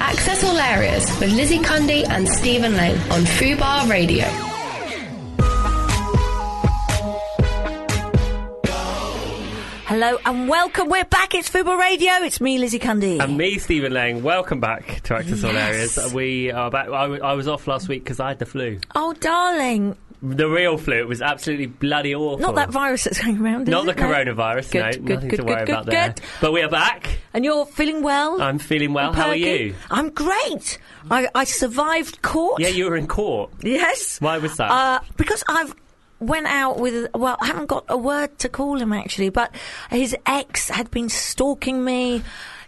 Accessible Areas with Lizzie Cundy and Stephen Lane on FUBAR Radio. Hello and welcome. We're back. It's Fubar Radio. It's me, Lizzie Cundy. And me, Stephen Lang. Welcome back to Access All Yes. Areas. We are back. I, w- I was off last week because I had the flu. oh, darling. The real flu. It was absolutely bloody awful. Not that virus that's going around. is Oh. Not the it? No. coronavirus. Good, no, good, nothing good, to good, worry good, about there. good. But we are back. And you're feeling well? I'm feeling well. How are Perky? you? I'm great. I, I survived court. Yeah, you were in court. Yes. Why was that? Uh, because I've went out with well i haven't got a word to call him actually but his ex had been stalking me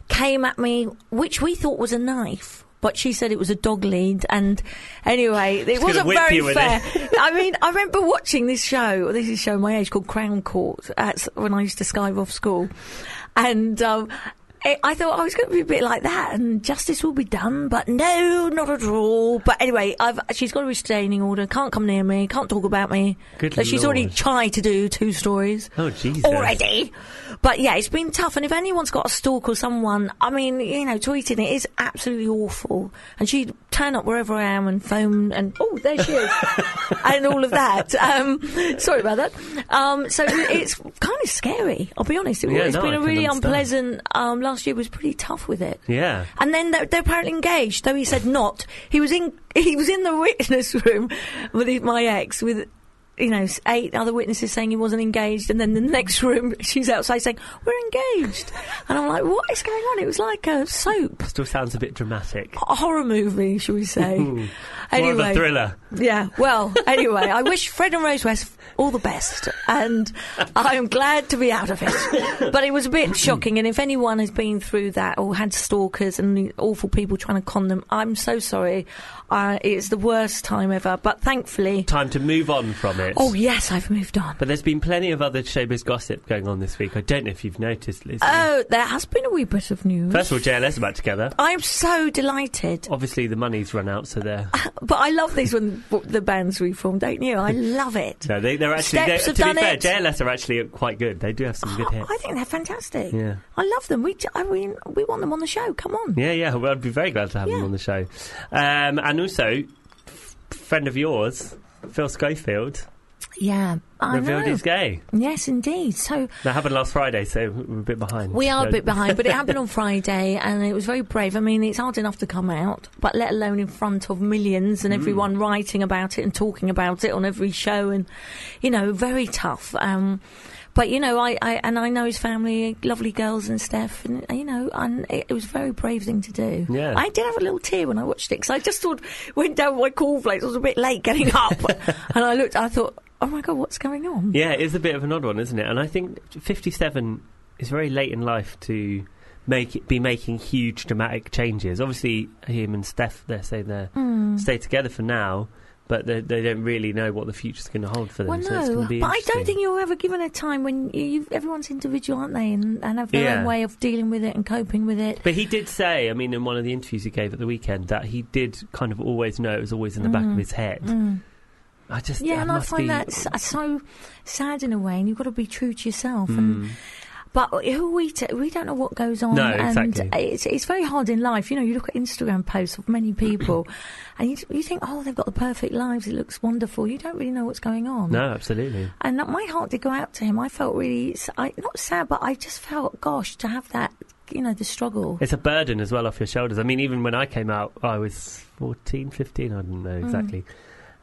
came at me which we thought was a knife but she said it was a dog lead and anyway it wasn't whip very you with fair i mean i remember watching this show this is a show my age called crown court at, when i used to skive off school and um it- I thought I was going to be a bit like that, and justice will be done, but no, not at all. But anyway, I've, she's got a restraining order. Can't come near me. Can't talk about me. Good Like, she's already Lord. tried to do two stories. Oh, Jesus. Already. But yeah, it's been tough. And if anyone's got a stalk or someone, I mean, you know, tweeting it is absolutely awful. And she'd turn up wherever I am and phone and, oh, there she is. and all of that. Um, sorry about that. Um, so it's kind of scary. I'll be honest. It, Yeah, has no, been I a can really understand. unpleasant, um, last year was pretty tough with it. Yeah. And then they're, they're apparently engaged, though he said not. He was in he was in the witness room with his- my ex with. You know, s- eight other witnesses saying he wasn't engaged, and then the next room she's outside saying we're engaged, and I'm like, what is going on? It was like a soap, Still sounds a bit dramatic. a horror movie, shall we say? anyway, More of a thriller. yeah. Well, anyway, I wish Fred and Rose West all the best, and I'm glad to be out of it. But it was a bit shocking, and if anyone has been through that or had stalkers and awful people trying to con them, I'm so sorry. Uh, it's the worst time ever. But thankfully, Time to move on from it. oh yes, I've moved on. But there's been plenty of other showbiz gossip going on this week. I don't know if you've noticed, Liz. Oh, there has been a wee bit of news. First of all, JLS are back together. I'm so delighted, Obviously, the money's run out, so they're but I love these when the band's reformed, don't you? I love it. no, they, they're actually. Steps they're- have to done be fair, it. Oh, JLS are actually quite good. They do have some good hits. I think they're fantastic. Yeah. I love them. We, j- I mean, we want them on the show. Come on. Yeah, yeah. Well, I'd be very glad to have him Yeah. on the show. Um, and also, f- friend of yours, Phil Schofield, Yeah, I revealed know. he's gay. Yes, indeed. So That happened last Friday, so we're a bit behind. we are a So- bit behind, but it happened on Friday, and it was very brave. I mean, it's hard enough to come out, but let alone in front of millions Mm. and everyone writing about it and talking about it on every show, and you know, very tough. Um, but you know, I, I and I know his family, lovely girls and stuff, and uh, you know, and it, it was a very brave thing to do. Yeah. I did have a little tear when I watched it because I just sort of went down my cornflakes. I was a bit late getting up, and I looked, I thought, oh my god, what's going on? Yeah, it is a bit of an odd one, isn't it? And I think 57 is very late in life to make it, be making huge dramatic changes. Obviously, him and Steph, they say they Hmm. stay together for now, but they, they don't really know what the future's going to hold for them. Well, so it's no, gonna be but I don't interesting. think you're ever given a time when you, you, everyone's individual, aren't they? And, and have their Yeah. own way of dealing with it and coping with it. But he did say, I mean, in one of the interviews he gave at the weekend, that he did kind of always know it was always in the back of Mm. his head. Mm. I just Yeah, and I must find be- Mm. that s- so sad in a way, and you've got to be true to yourself. And, Mm. but who we t- we don't know what goes on, No, and exactly. it's it's very hard in life. You know, you look at Instagram posts of many people, and you, you think, oh, they've got the perfect lives. It looks wonderful. You don't really know what's going on. No, absolutely. And that- my heart did go out to him. I felt really, s- I, not sad, but I just felt, gosh, to have that, you know, the struggle. It's a burden as well off your shoulders. I mean, even when I came out, I was 14, 15, I Mm. don't know exactly.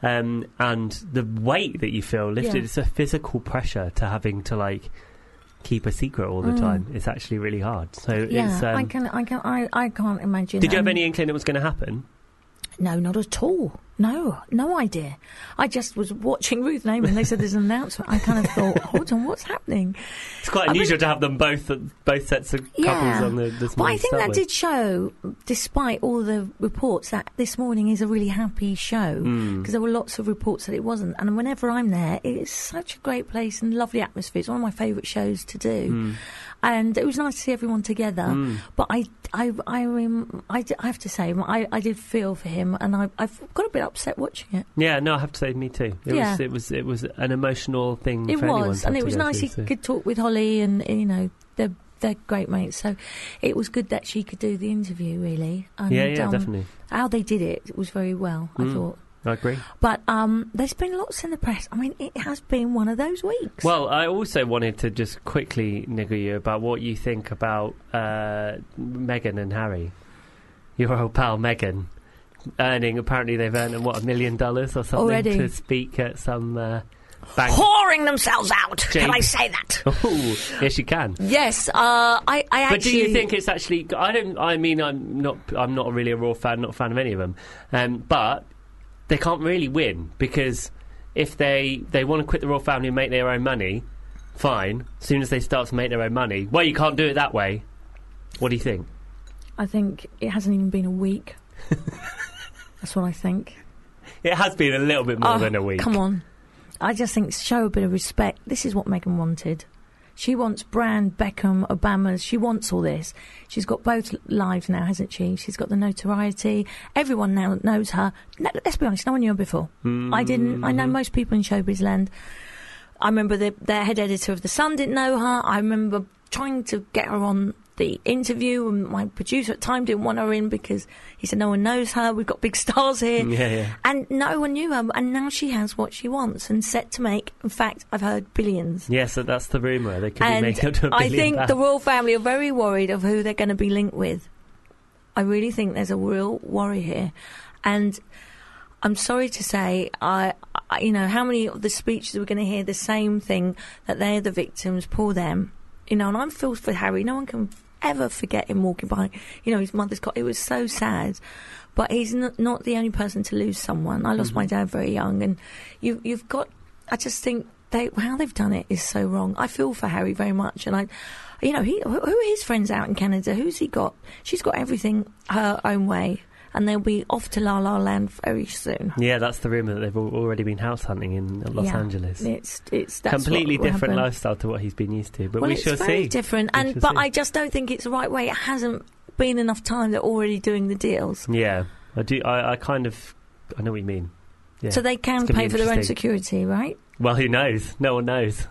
Um, and the weight that you feel lifted, Yeah. it's a physical pressure to having to like keep a secret all the Mm. time. It's actually really hard. So Yeah, it's. Um, I can, I can, I, I can't imagine. did you have Um, any inkling it was going to happen? No, not at all. No, no idea. I just was watching Ruth Neyman. They said there's an announcement. I kind of thought, hold on, what's happening? It's quite I mean- unusual to have them both uh, both sets of couples Yeah. on the. This But morning I to think start that with. did show, despite all the reports, that this morning is a really happy show because Mm. there were lots of reports that it wasn't. And whenever I'm there, it is such a great place and lovely atmosphere. It's one of my favourite shows to do. Mm. and it was nice to see everyone together. Hmm. But I, I, I, um, I, d- I have to say, I, I did feel for him, and I, I got a bit upset watching it. Yeah, no, I have to say, me too. It Yeah. was, it was, it was an emotional thing. It for anyone was, to and have it to was go nice through, he so- could talk with Holly, and you know, they're they're great mates. So it was good that she could do the interview, really. And, yeah, yeah, um, definitely. How they did it was very well, I Mm. thought. I agree. But um, there's been lots in the press. I mean, it has been one of those weeks. Well, I also wanted to just quickly niggle you about what you think about uh, Meghan and Harry, your old pal Meghan, earning apparently they've earned what a million dollars or something Already. to speak at some uh, bank. pouring themselves out. Can Jane- I say that? Oh, yes, you can. Yes, uh, I, I actually. But do you think it's actually? I don't. I mean, I'm not. I'm not really a Raw fan. Not a fan of any of them. Um, but they can't really win because if they they want to quit the Raw family and make their own money, fine. As soon as they start to make their own money, well, you can't do it that way. What do you think? I think it hasn't even been a week. That's what I think. It has been a little bit more Oh, than a week. Come on. I just think show a bit of respect. This is what Megan wanted. She wants Brand, Beckham, Obama's. She wants all this. She's got both lives now, hasn't she? She's got the notoriety. Everyone now knows her. No, let's be honest, no one knew her before. I didn't. I Mm-hmm. know most people in showbiz land. I remember the, their head editor of The Sun didn't know her. I remember trying to get her on the interview, and my producer at the time didn't want her in because he said, No one knows her. We've got big stars here. Yeah, yeah. And no one knew her, and now she has what she wants and set to make, in fact, I've heard billions. Yeah, so that's the rumor. They could be and making up to a I billion. think the pounds. royal family are very worried of who they're going to be linked with. I really think there's a real worry here. And I'm sorry to say, I, I you know, how many of the speeches we're going to hear the same thing that they're the victims, poor them. You know, and I'm filled for Harry. No one can ever forget him walking by. You know, his mother's got. It was so sad. But he's not, not the only person to lose someone. I lost my dad very young, and you, you've got. I just think they how they've done it is so wrong. I feel for Harry very much, and I, you know, he who who are his friends out in Canada? Who's he got? She's got everything her own way, and they'll be off to La La Land very soon. yeah, that's the rumor that they've al- already been house hunting in Los Yeah. Angeles. It's it's that's what Completely will different happen. lifestyle to what he's been used to, but well, we it's shall very see. different, We and shall but see. I just don't think it's the right way. It hasn't been enough time. They're already doing the deals, Yeah, I do. I, I kind of, I know what you mean. Yeah. so they can It's gonna pay be for their own interesting. security, right? Well, who knows? No one knows.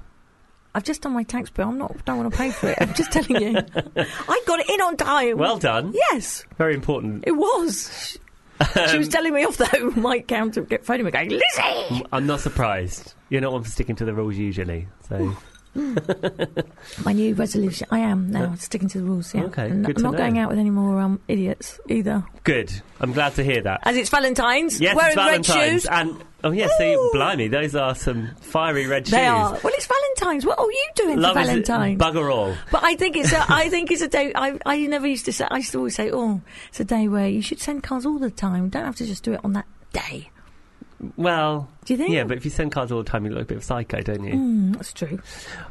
I've just done my tax bill. I'm not. Don't want to pay for it. I'm just telling you. I got it in on time. Well done. yes, Very important. it was. she was telling me off though. My accountant kept phoning me, going, "Lizzie." I'm not surprised. You're not one for sticking to the rules usually. So My new resolution. I am now sticking to the rules. Yeah. Okay, And I'm good to not know. going out with any more um, idiots either. good. I'm glad to hear that. As it's Valentine's. Yes, wearing it's red Valentine's, shoes. and oh yes, so Ooh. blimey, those are some fiery red They shoes. are. Well, it's Valentine's. What are you doing Love for is Valentine's? bugger all. But I think it's a, I think it's a day. I, I never used to say. I used to always say, "Oh, it's a day where you should send cards all the time. Don't have to just do it on that day." Well, Do you think? yeah, but if you send cards all the time, you look a bit of a psycho, don't you? Mm, that's true.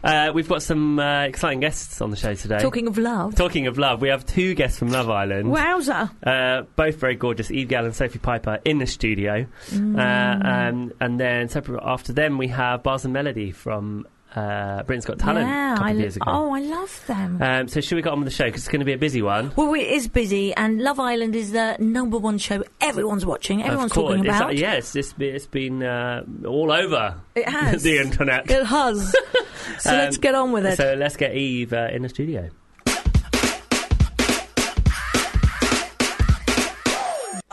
Uh, we've got some uh, exciting guests on the show today. Talking of love, Talking of love, we have two guests from Love Island. wowzer! Uh, both very gorgeous, Eve Gall and Sophie Piper in the studio. Mm. Uh, um, and then separate after them, we have Bars and Melody from uh, Britain's Got Talent yeah, a couple I of lo- years ago. oh, I love them. Um, so should we get on with the show? Because it's going to be a busy one. well, it is busy, and Love Island is the number one show everyone's watching, everyone's of course. talking It's- about. yeah, it's, it's, be- it's been uh, all over It has. the internet. It has. so Um, let's get on with it. So let's get Eve uh, in the studio.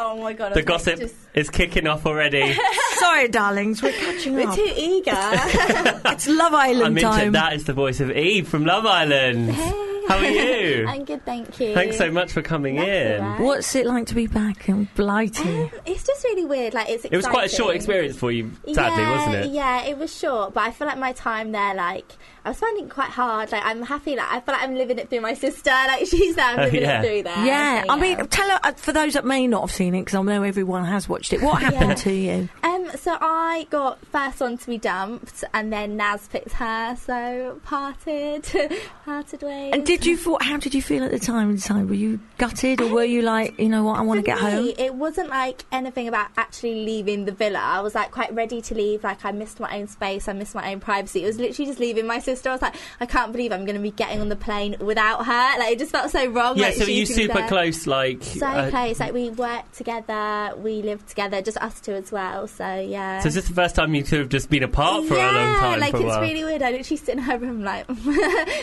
Oh my god! The gossip is kicking off already. Sorry, darlings, we're catching We're up. too eager. It's Love Island I'm into time. That is the voice of Eve from Love Island. How are you? I'm good, thank you. Thanks so much for coming That's in. all right. What's it like to be back in Blighty? Um, it's just really weird. Like it's. Exciting. It was quite a short experience for you, sadly, yeah, wasn't it? Yeah, it was short, but I feel like my time there, like I was finding it quite hard. Like I'm happy. Like I feel like I'm living it through my sister. Like she's there, I'm Oh, living yeah. it through there. Yeah, so, I mean, tell her, uh, for those that may not have seen it, because I know everyone has watched it, what happened Yeah. to you? Um, so I got first one to be dumped, and then Naz picked her. So parted, parted ways. And did you, feel, how did you feel at the time inside? Were you gutted or were you like, you know what, I want to For get me, home? It wasn't like anything about actually leaving the villa. I was like quite ready to leave. Like I missed my own space. I missed my own privacy. It was literally just leaving my sister. I was like, I can't believe I'm going to be getting on the plane without her. Like it just felt so wrong. Yeah, like, so were she's you gonna be super there. close, like So uh, close. Like we worked together. We lived together. Just us two as well. So yeah. So is this the first time you two have just been apart for a yeah, long time? like for a it's while? really weird. I literally sit in her room like,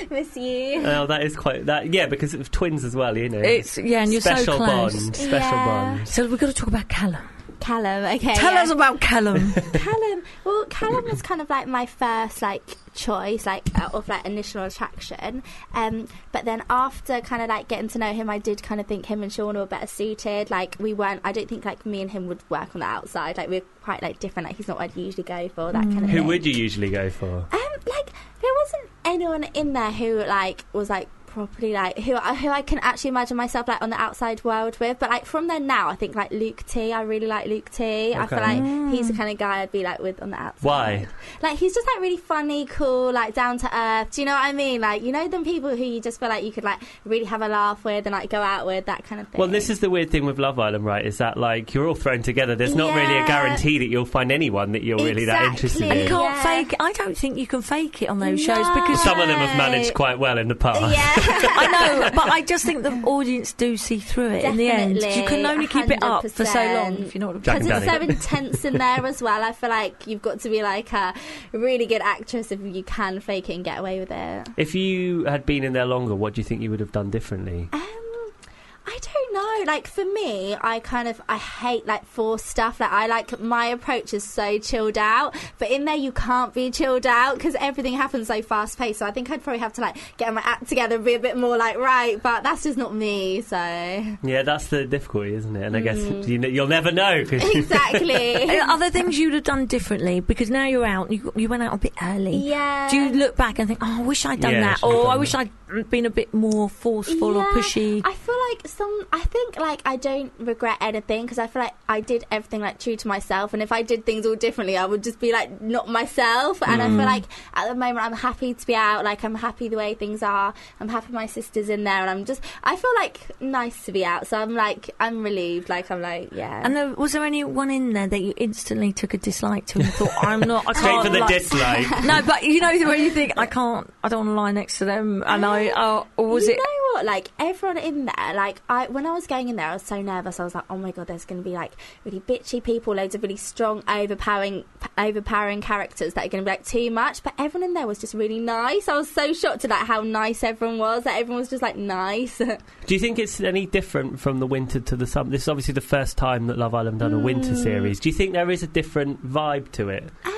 miss you. Oh, that is quite that. Yeah, because of twins as well, you know. It's yeah, and you're so special close. bond, special Yeah. bond. So we've got to talk about Callum. Callum, okay. Tell yeah. us about Callum. Callum. Well, Callum was kind of like my first like choice, like out of like initial attraction. Um, but then after kind of like getting to know him, I did kind of think him and Sean were better suited. Like we weren't. I don't think like me and him would work on the outside. Like we're quite like different. Like he's not what I'd usually go for. That kind of Who thing. would you usually go for? Um, like there wasn't anyone in there who like was like properly like who I- who I can actually imagine myself like on the outside world with. But like from there now, I think like Luke T. I really like Luke T. I Okay. feel like he's the kind of guy I'd be like with on the outside. Why? Like he's just like really funny, cool, like down to earth. Do you know what I mean? Like you know them people who you just feel like you could like really have a laugh with and like go out with that kind of thing. Well, this is the weird thing with Love Island, right? Is that like you're all thrown together. There's not really a Yeah. guarantee that you'll find anyone that you're really that interested Exactly. you in. Yeah. can't fake. I don't think you can fake it on those shows No. because Some of them have managed quite well in the past. yeah. I know, but I just think the audience do see through it in the end. You can Definitely, only keep it up for so long, 100%. if you know what I'm Jack Because and saying. it's so Danny. intense in there as well. I feel like you've got to be like a really good actress if you can fake it and get away with it. If you had been in there longer, what do you think you would have done differently? Um, I don't know. Like for me, I kind of I hate like forced stuff. Like I like my approach is so chilled out, but in there you can't be chilled out because everything happens so fast paced. So I think I'd probably have to like get my act together and be a bit more like right. But that's just not me. So Yeah, that's the difficulty, isn't it? And I Mm. guess you, you'll never know. 'cause you- exactly. Are there things you'd have done differently? Because now you're out, you, you went out a bit early. yeah. Do you look back and think, oh, I wish I'd done Yeah, that, should've or done I wish I'd been a bit more forceful or Yeah, pushy? I feel like some. I think like I don't regret anything because I feel like I did everything like true to myself, and if I did things all differently, I would just be like not myself. And I feel Mm. like at the moment I'm happy to be out. Like I'm happy the way things are. I'm happy my sister's in there, and I'm just. I feel like nice to be out. So I'm like I'm relieved. Like I'm like yeah. And there, was there anyone in there that you instantly took a dislike to and thought, I'm not, I Straight can't. for the like- dislike. No, but you know where you think I can't, I don't want to lie next to them, and I, oh, or was you it? know what? Like everyone in there, like I when I was going in there, I was so nervous. I was like, oh my god, there's going to be like really bitchy people, loads of really strong, overpowering, p- overpowering characters that are going to be like too much. But everyone in there was just really nice. I was so shocked at like how nice everyone was. That everyone was just like nice. Do you think it's any different from the winter to the summer? This is obviously the first time that Love Island done a winter Mm. series. Do you think there is a different vibe to it? Um,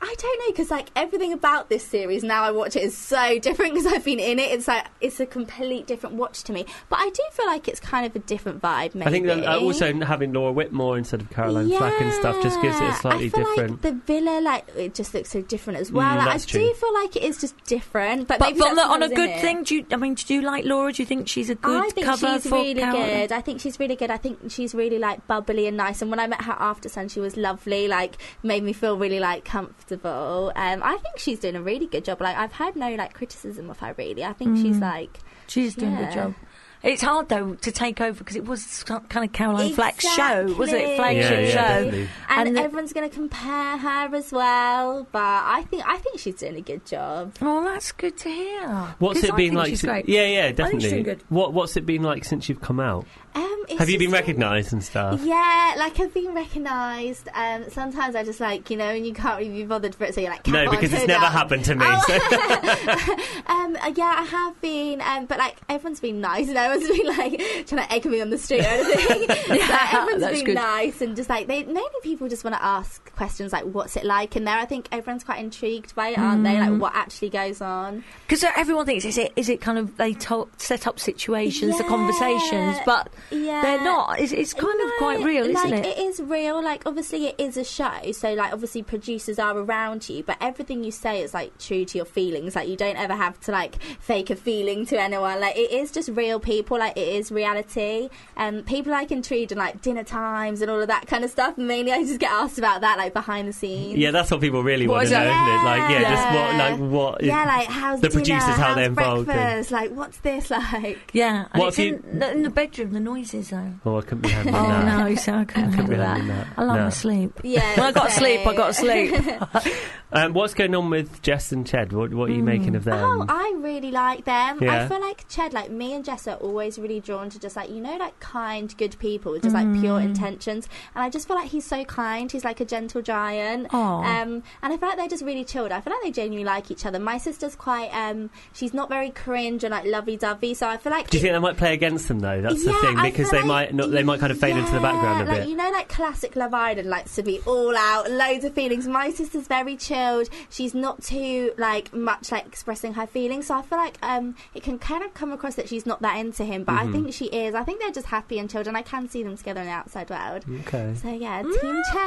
I don't know because like everything about this series now I watch it is so different because I've been in it. It's like it's a complete different watch to me. But I do feel like it's kind of a different vibe. Maybe I think that uh, also having Laura Whitmore instead of Caroline Flack and stuff just gives it Yeah, a slightly I feel different. Like the villa, like it just looks so different as well. Mm, like, I that's true. do feel like it is just different, but, But maybe from the, that's on a because I was in good it. thing, do you, I mean, do you like Laura? Do you think she's a good I think cover she's for really Caroline? good. I think she's really good. I think she's really like bubbly and nice. And when I met her after Sun, she was lovely. Like made me feel really like comfortable. Um, I think she's doing a really good job. Like I've had no like criticism of her really. I think Mm. she's like She's doing a good Yeah. job. It's hard though to take over because it was some kind of Caroline Flack's show, wasn't it? Exactly. Flagship yeah, yeah, show. definitely. and, And the- everyone's going to compare her as well but i think i think she's doing a good job Oh, that's good to hear. What's 'Cause it I been think like? She's si- great. Yeah, yeah, I think she's definitely. doing good. What What's it been like since you've come out? um, it's Have you been just- recognised and stuff? Yeah, like I've been recognised. Um, sometimes I just like you know, and you can't really be bothered for it, so you're like, No, "Come on, because it's sit never down." happened to me. so- Um, uh, yeah, I have been, um, but like everyone's been nice, and everyone's been like trying to egg me on the street or anything. yeah, everyone's that's been good. nice, and just like they, maybe people just want to ask questions like, "What's it like?" in there. I think everyone's quite intrigued by it, aren't they? Mm. Like what actually goes on. Because uh, everyone thinks is it is it kind of they to- set up situations, the Yeah. conversations, but Yeah. they're not. It's, it's kind of No, quite real, isn't like, it? It is real. Like obviously, it is a show, so like obviously producers are around you, but everything you say is like true to your feelings. Like you don't ever have to like fake a feeling to anyone. Like it is just real people. Like it is reality. And people like intrigued and like dinner times and all of that kind of stuff. Mainly, I just get asked about that like behind the scenes. yeah, that's what people really What want is to know, it? isn't it? Like, yeah, Yeah. just what, like, what? Yeah, like how's the dinner, producers how how's they're involved? and- breakfast, like what's this like? yeah, and What it's if you- in, the, in the bedroom. The noises though. oh, I couldn't be having Oh that. no, so I couldn't Couldn't be handle that. having that. I love No. my sleep. Yeah, When I got so- sleep, I got sleep. Um, what's going on with Jess and Ched? What, what are you making of them? Oh, I really like them. Yeah. I feel like Ched, like me and Jess are always really drawn to just like you know, like kind, good people with just like Mm. pure intentions. And I just feel like he's so kind. He's like a gentle giant. Aw. Um, and I feel like they're just really chilled. I feel like they genuinely like each other. My sister's quite. Um, she's not very cringe and like lovey-dovey. So I feel like. Do you it- think that might play against them though? That's the Yeah, thing I because feel they like- might not, they might kind of fade into the yeah, background a like, bit. You know, like classic Love Island likes to be all out, loads of feelings. My sister's very chilled. She's not too like much like expressing her feelings. So I feel like um, it can kind of come across that she's not that into him, but Mm-hmm. I think she is. I think they're just happy and chilled, and I can see them together in the outside world. okay. So yeah, Mm. team chess.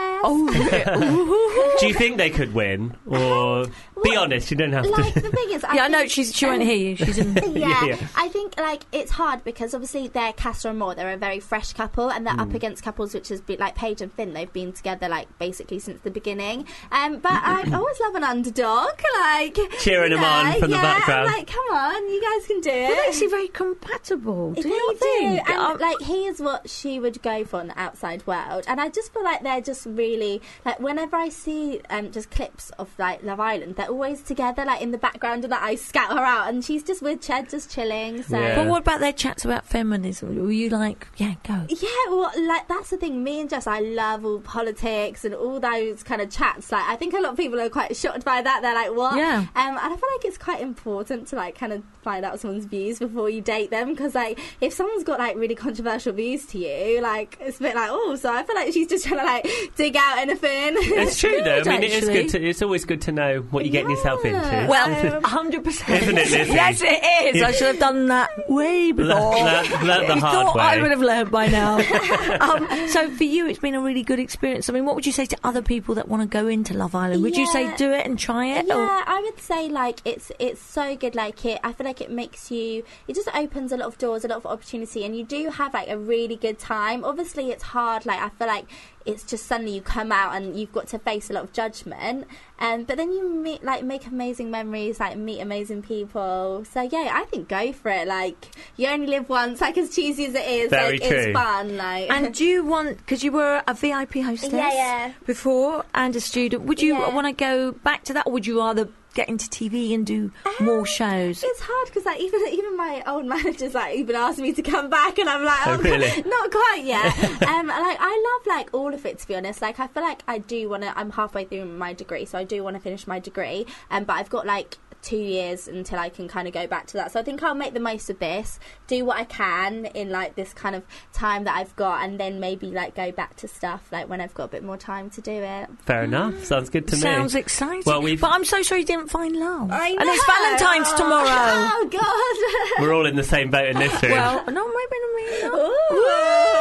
Oh, Do you think they could win? Or be What- honest, you don't have Like to. the thing is, I yeah. I know think- she's. She won't hear you. She's in. yeah. Yeah. I think like it's hard because obviously they're Castor and Moore. They're a very fresh couple, and they're Mm. up against couples which has been like Paige and Finn. They've been together like basically since the beginning. Um, but I always love an underdog, like Mm-hmm. Cheering you 'em on know, from the yeah, I'm background. like, come on, you guys can do They're it. actually very compatible. Do They you think? and Um, like he is what she would go for in the outside world, and I just feel like they're just really like whenever I see um, just clips of like Love Island, they're always together, like in the background, and like, I scout her out, and she's just with Ched, just chilling. So Yeah. But what about their chats about feminism? Were you like, yeah, go? Yeah, well, like that's the thing. Me and Jess, I love all politics and all those kind of chats. Like, I think a lot of people are quite shocked by that. They're like, "What?" Yeah. Um, and I feel like it's quite important to like kind of find out someone's views before you date them because like if someone's got like really controversial views to you, like it's a bit like, "Oh," so I feel like she's just trying to like dig out anything. it's true though. I good, mean, it is actually. good. To, it's always good to know what you're getting yourself into. Yeah. Well, Um, hundred percent. Isn't it, Lizzie? Yes, it is. I should have done that way before. Learn- learn- learn the you hard thought way. I would have learned by now. um, so for you, it's been a really good experience. I mean, what would you say to other people that want to go into Love Island? Would you say Yeah. do it and try it? Yeah, or- I would say like it's it's so good. Like it, I feel like it makes you. It just opens a lot of doors, a lot of opportunity, and you do have like a really good time. Obviously, it's hard. Like I feel like it's just suddenly you come out and you've got to face a lot of judgment. Um, but then you meet like make amazing memories, like meet amazing people. So yeah, I think go for it. Like you only live once. Like as cheesy as it is, Very like true. it's fun. Like And do you want because you were a VIP hostess Yeah, yeah. before and a student? Would you Yeah. want to go back to that, or would you rather get into TV and do Um, more shows? It's hard because like even even my old managers like even asked me to come back and I'm like Oh, oh, really? not quite yet. um, like I love like all of it to be honest. Like I feel like I do want to. I'm halfway through my degree, so I do want to finish my degree. Um, but I've got like two years until I can kind of go back to that. So I think I'll make the most of this, do what I can in like this kind of time that I've got, and then maybe like go back to stuff like when I've got a bit more time to do it. Fair enough. Sounds good to Sounds me. exciting. Well, we've- but I'm so sorry you didn't find love. I And it's know. Valentine's tomorrow. Oh God. We're all in the same boat in this room. well, no, maybe not. me. Ooh.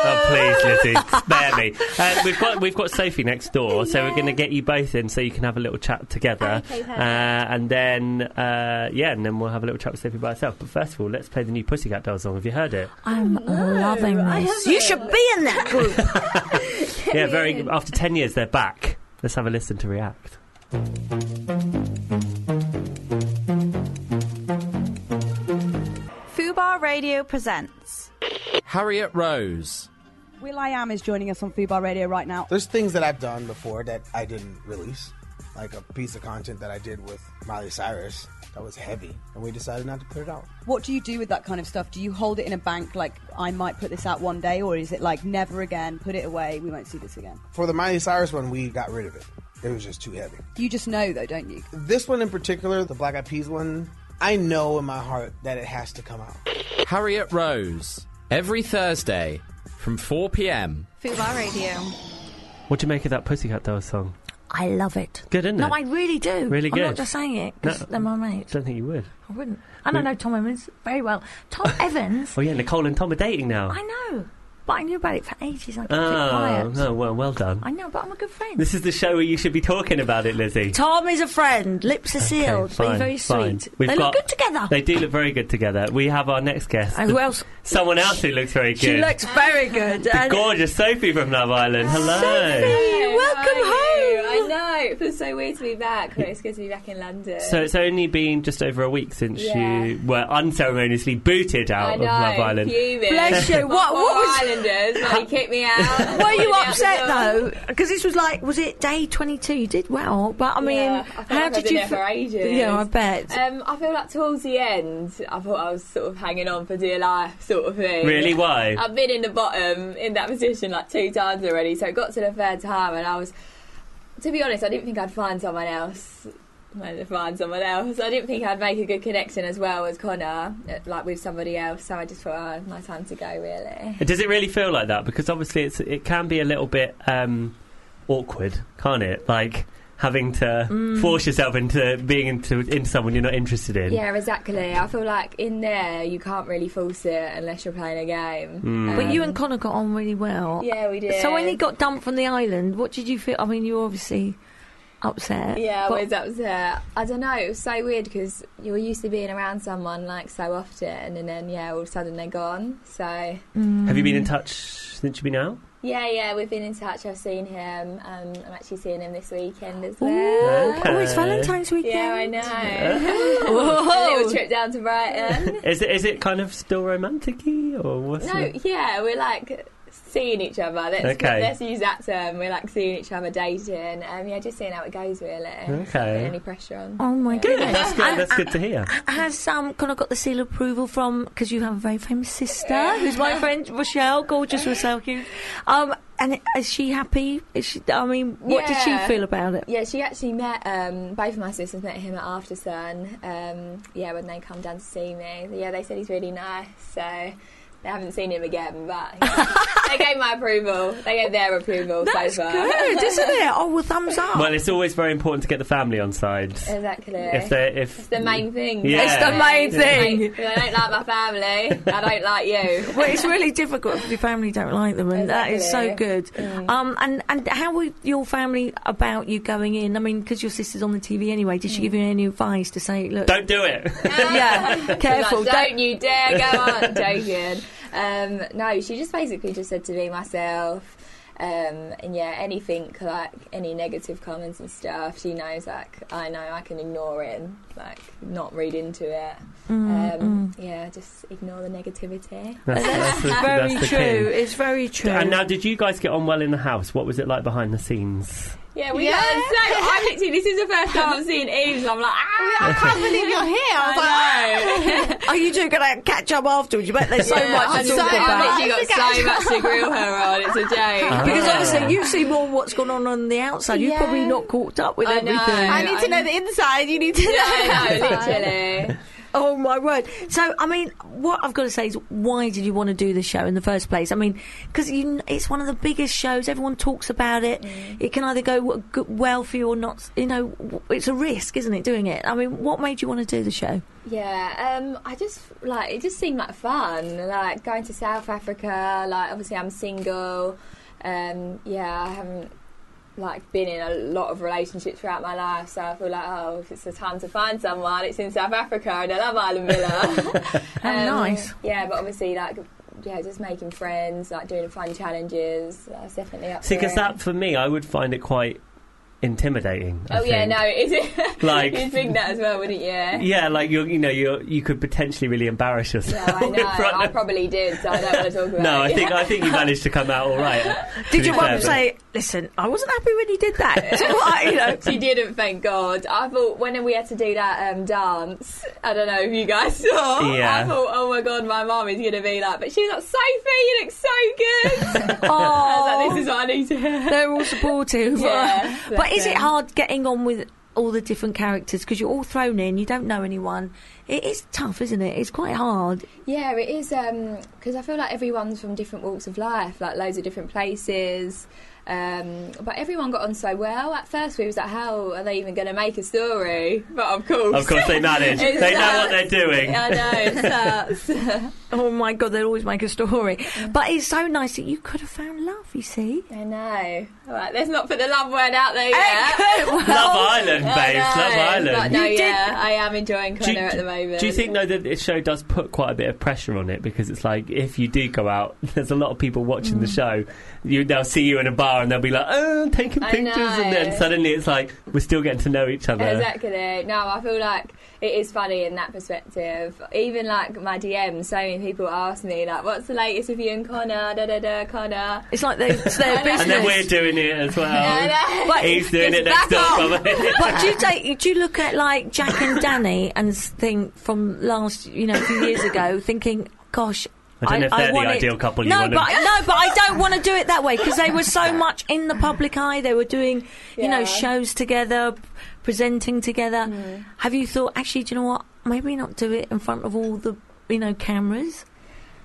Oh please, Lizzie, spare me. Uh, we've got we've got Sophie next door, so we're going to get you both in so you can have a little chat together, Okay, perfect. uh, and then uh, yeah, and then we'll have a little chat with Sophie by herself. But first of all, let's play the new Pussycat Dolls song. Have you heard it? I'm loving I this. You should be in that group. yeah, very. After ten years, they're back. Let's have a listen to react. Fubar Radio presents. Harriet Rose. Will I Am is joining us on Fubar Radio right now. There's things that I've done before that I didn't release, like a piece of content that I did with Miley Cyrus that was heavy, and we decided not to put it out. What do you do with that kind of stuff? Do you hold it in a bank like I might put this out one day, or is it like never again, put it away, we won't see this again? For the Miley Cyrus one, we got rid of it. It was just too heavy. You just know though, don't you? This one in particular, the Black Eyed Peas one, I know in my heart that it has to come out. Harriet Rose. Every Thursday from 4 p.m. Fubar Radio. What do you make of that Pussycat Dolls song? I love it. Good, isn't No, it? I really do. Really I'm good. not just saying it because No. they're my mates. don't think you would. I wouldn't. And I know Tom Evans very well. Tom Evans, Oh yeah, Nicole and Tom are dating now. I know, but I knew about it for ages. I kept it oh, quiet. oh, well, well done. I know, but I'm a good friend. This is the show where you should be talking about it, Lizzie. Tom is a friend. Lips are sealed. fine, They're very fine. sweet. We've they look got- good together. They do look very good together. We have our next guest. And who else? Someone else who looks very good. She looks very good. the and gorgeous Sophie from Love Island. Hello. Sophie, welcome How are you? home. know. It feels so weird to be back. But it's good to be back in London. So it's only been just over a week since Yeah. you were unceremoniously booted out I of know. Love Island. Fuming. Bless you. My What- poor what was- Islanders? Like, kick me out. Were you Put me out upset the door. though? Because this was like, was it day 22? You did well, but I mean, Yeah, I feel how like I've did been you? there for ages. Yeah, I bet. Um, I feel like towards the end, I thought I was sort of hanging on for dear life, sort of thing. Really? Why? Um, I've been in the bottom in that position like two times already, so it got to the third time, and I was, to be honest, I didn't think I'd find someone else. I managed to find someone else. I didn't think I'd make a good connection as well as Connor, uh, like with somebody else. So I just thought, oh, my time to go, really. Does it really feel like that? Because obviously, it's it can be a little bit um, awkward, can't it? Like having to Mm. force yourself into being into into someone you're not interested in. Yeah, exactly. I feel like in there you can't really force it unless you're playing a game. Mm. But you and Um, Connor got on really well. yeah, we did. So when he got dumped from the island, what did you feel? I mean, you were obviously upset. Yeah, I but- was upset. I don't know. It was so weird because you were used to being around someone like so often, and then yeah, all of a sudden they're gone. So Have you been Mm. in touch since you've been out? yeah, yeah, we've been in touch. I've seen him. Um, I'm actually seeing him this weekend as Ooh, well. Oh, it's Okay. Valentine's weekend. Yeah, I know. a little trip down to Brighton. Is it is it kind of still romantic-y or what's no, it? yeah, we're like seeing each other. Let's, Okay. let's use that term. We're like seeing each other, dating. Um, yeah, just seeing how it goes really. Okay. Any pressure on? Oh my Yeah. goodness. That's good. That's good to hear. Has um, Connor got the seal of approval from? Because you have a very famous sister, who's my friend Rochelle, gorgeous Rochelle Hughes. Um, and i- is she happy? Is she, I mean, what did she Yeah. feel about it? Yeah, she actually met um, both of my sisters met him at After Sun. Um, yeah, when they come down to see me, yeah, they said he's really nice. So they haven't seen him again, but yeah. they gave my approval. They gave their approval That's so far. good, isn't it? Oh, well, thumbs up. Well, it's always very important to get the family on side. Exactly. If they if it's the main thing. Yeah. It's the main thing. If I don't like my family, I don't like you. Well, it's really difficult if your family don't like them, and that is so Exactly. Mm. good. Um, and and how were your family about you going in? I mean, because your sister's on the TV anyway. Did Mm. she give you any advice to say, look, don't do it. yeah, careful, Like, don't you dare go on joking. Um, no, she just basically just said to be myself. Um, and yeah, anything like any negative comments and stuff, she knows like I know I can ignore it and like not read into it. Mm, um, Yeah, just ignore the negativity. That's, that's the- It's very that's the true. key. It's very true. And now, did you guys get on well in the house? What was it like behind the scenes? Yeah, we yeah. so I literally this is the first time I've seen Eves and I'm like, ah, I can't believe you're here. I know. Are you two going to catch up afterwards? You bet there's so Yeah, much I'm to so- talk about. I've literally got so much to grill her on. It's a joke. Because Ah. obviously you see more what's gone on on the outside. You've Yeah. probably not caught up with I know. everything. I I need to know the inside. You need to know. Yeah, no, literally. Oh my word! So I mean, what I've got to say is, why did you want to do the show in the first place? I mean, because it's one of the biggest shows. Everyone talks about it. It can either go w- g- well for you or not. You know, w- it's a risk, isn't it? Doing it. I mean, what made you want to do the show? Yeah, um, I just like it just seemed like fun, like going to South Africa. Like obviously I'm single. Um, yeah, I haven't like been in a lot of relationships throughout my life, so I feel like oh, if it's the time to find someone, it's in South Africa in a Love Oh, Island villa. Um, How nice. Yeah, but obviously like yeah, just making friends, like doing fun challenges. That's definitely up. See, for because it. that for me, I would find it quite intimidating. I Oh yeah, think. no, is it? Like- you'd think that as well, wouldn't you? Yeah, like you, you know, you you could potentially really embarrass Yeah, yourself. I in know. front I of- probably did, so I don't want to talk about no, it. I think I think you managed to come out all right. to Did be your fair, mum but- say, "Listen, I wasn't happy when you did that"? Do you know what? You know, She didn't, thank God. I thought when we had to do that um, dance, I don't know if you guys saw. Yeah. I thought, oh my God, my mum is going to be like, but she's like, Sophie, you look so good. I was like, this is what I need to hear. they're all supportive. Yeah, but is it them. hard getting on with all the different characters because you're all thrown in? You don't know anyone. It is tough, isn't it? It's quite hard. Yeah, it is because I feel like everyone's from different walks of life, like loads of different places. Um, but everyone got on so well. At first, we was like, how are they even going to make a story? But of course. Of course, they manage. It's they know that. what they're doing. I know, it sucks. Oh my god, they'll always make a story. But it's so nice that you could have found love, you see. I know. All right, let's not put the love word out there yet. Love Island, Oh, babes. Love Island. But no, You did- yeah, I am enjoying do, Connor you- at the moment. do you think though that this show does put quite a bit of pressure on it because it's like if you do go out, there's a lot of people watching the show. You they'll see you in a bar bar and they'll be like, oh, taking I pictures. And then know. suddenly it's like, we're still getting to know each other. Exactly. No, I feel like it is funny in that perspective. Even like my DMs, so many people ask me like, "What's the latest with you and Connor?" Da da da, Connor. It's like they, it's their I know. business. And then we're doing it as I well. know. But- He's doing it next back door. off. but do you take? Do you look at like Jack and Danny and s- think from last, you know, a few years ago, thinking, "Gosh." I don't know if they're the want it- ideal couple you no, want but to- I- no, but I don't want to do it that way because they were so much in the public eye. They were doing, you know, Yeah. shows together, presenting together. Have you thought actually? Do you know what? Maybe not do it in front of all the you know cameras.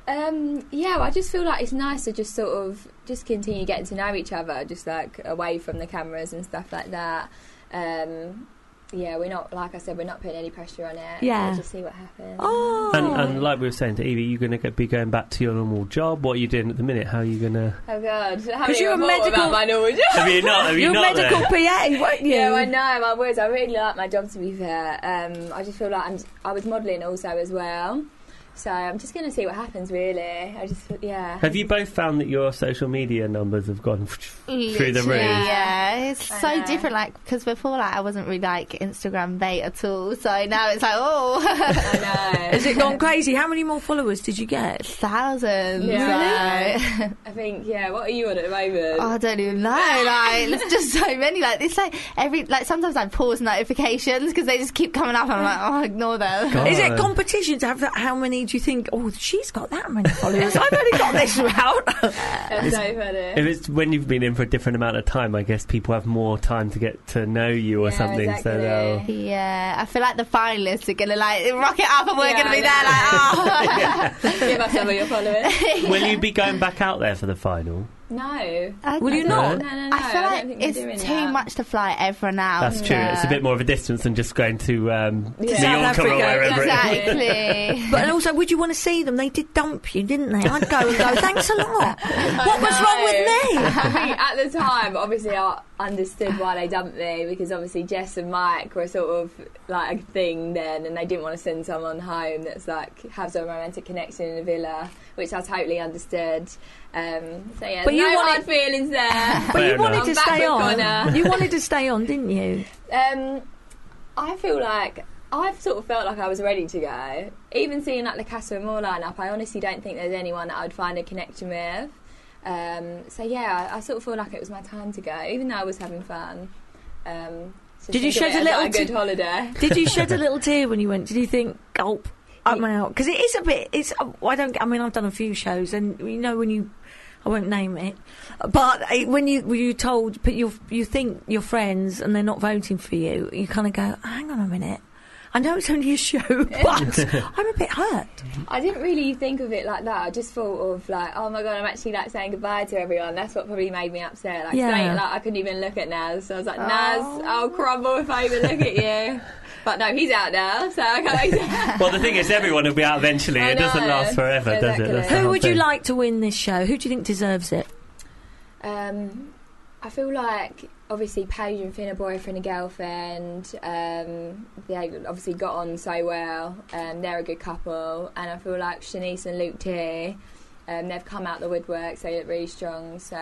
Um, yeah, well, I just feel like it's nice to just sort of just continue getting to know each other, just like away from the cameras and stuff like that. Um, yeah, we're not like I said, we're not putting any pressure on it. Yeah. we'll just see what happens. Oh, And, and like we were saying to Evie, you're going to be going back to your normal job. What are you doing at the minute? How are you going to? Oh god, how 'Cause many you're a more about medical- my normal job? Have you not? Have you you're a not? then? medical PA, weren't you? Yeah, I know. I was. I really like my job. To be fair, um, I just feel like I'm. I was modelling also as well, so I'm just gonna see what happens. Really, I just feel- yeah. Have you both found that your social media numbers have gone through the Literally, roof? Yeah, it's I so know. different. Like because before, like I wasn't really like Instagram bait at all. So now it's like oh, I Has know. it gone crazy? How many more followers did you get? thousands. Yeah. like- I think yeah. What are you on at the moment? Oh, I don't even know. Like, there's just so many. Like, it's like every like sometimes I pause notifications because they just keep coming up. and I'm like, oh, ignore them. God. Is it competition to have that? How many do you think? Oh, she's got that many followers. I've only got this route. That's so funny. If it's when you've been in for a different amount of time, I guess people have more time to get to know you or Yeah, something. So exactly. they'll. Yeah, I feel like the finalists are gonna like rock it up, and we're Yeah, gonna be I there know. like, oh, Give us some of your followers. Will you be going back out there for the final? No. I Will you don't- not? No, no, no. I feel don't like think we're doing it's too that. much to fly everyone out. That's true. It's a bit more of a distance than just going to um, Yeah. New South York or Africa, wherever it is. Exactly. But and also, would you want to see them? They did dump you, didn't they? I'd go and go. Thanks a lot. What was wrong with me? I think at the time, obviously, I understood why they dumped me because obviously Jess and Mike were sort of like a thing then, and they didn't want to send someone home that's like has a romantic connection in a villa, which I totally understood. Um, so yeah, But you no wanted- hard feelings there. But Fair you wanted enough. to I'm back stay with on. Connor. You wanted to stay on, didn't you? Um, I feel like I've sort of felt like I was ready to go. Even seeing like the Casa Amor lineup, I honestly don't think there's anyone that I'd find a connection with. Um, so yeah, I, I sort of feel like it was my time to go, even though I was having fun. Um, so Did you think of shed it a as, like, little a good holiday? Did you shed a little tear when you went? Did you think, gulp, I'm out? Because it is a bit. It's. I don't. I mean, I've done a few shows, and you know when you. I won't name it, but eh, when you when you told, but you you think your friends and they're not voting for you, you kind of go, hang on a minute. I know it's only a show, but I'm a bit hurt. I didn't really think of it like that. I just thought of like, oh my god, I'm actually like saying goodbye to everyone. That's what probably made me upset. Like, Yeah. straight, like I couldn't even look at Naz. So I was like, Naz, I'll crumble if I even look at you. But no, he's out now, so I can't. Well, the thing is, everyone will be out eventually. I It doesn't know. last forever, does it? That's the Exactly. Who whole would you thing. like to win this show? Who do you think deserves it? Um, I feel like obviously Paige and Finn are boyfriend and girlfriend. Um, they obviously got on so well. Um, they're a good couple, and I feel like Shanice and Luke T. Um, they've come out the woodwork, so they look really strong. So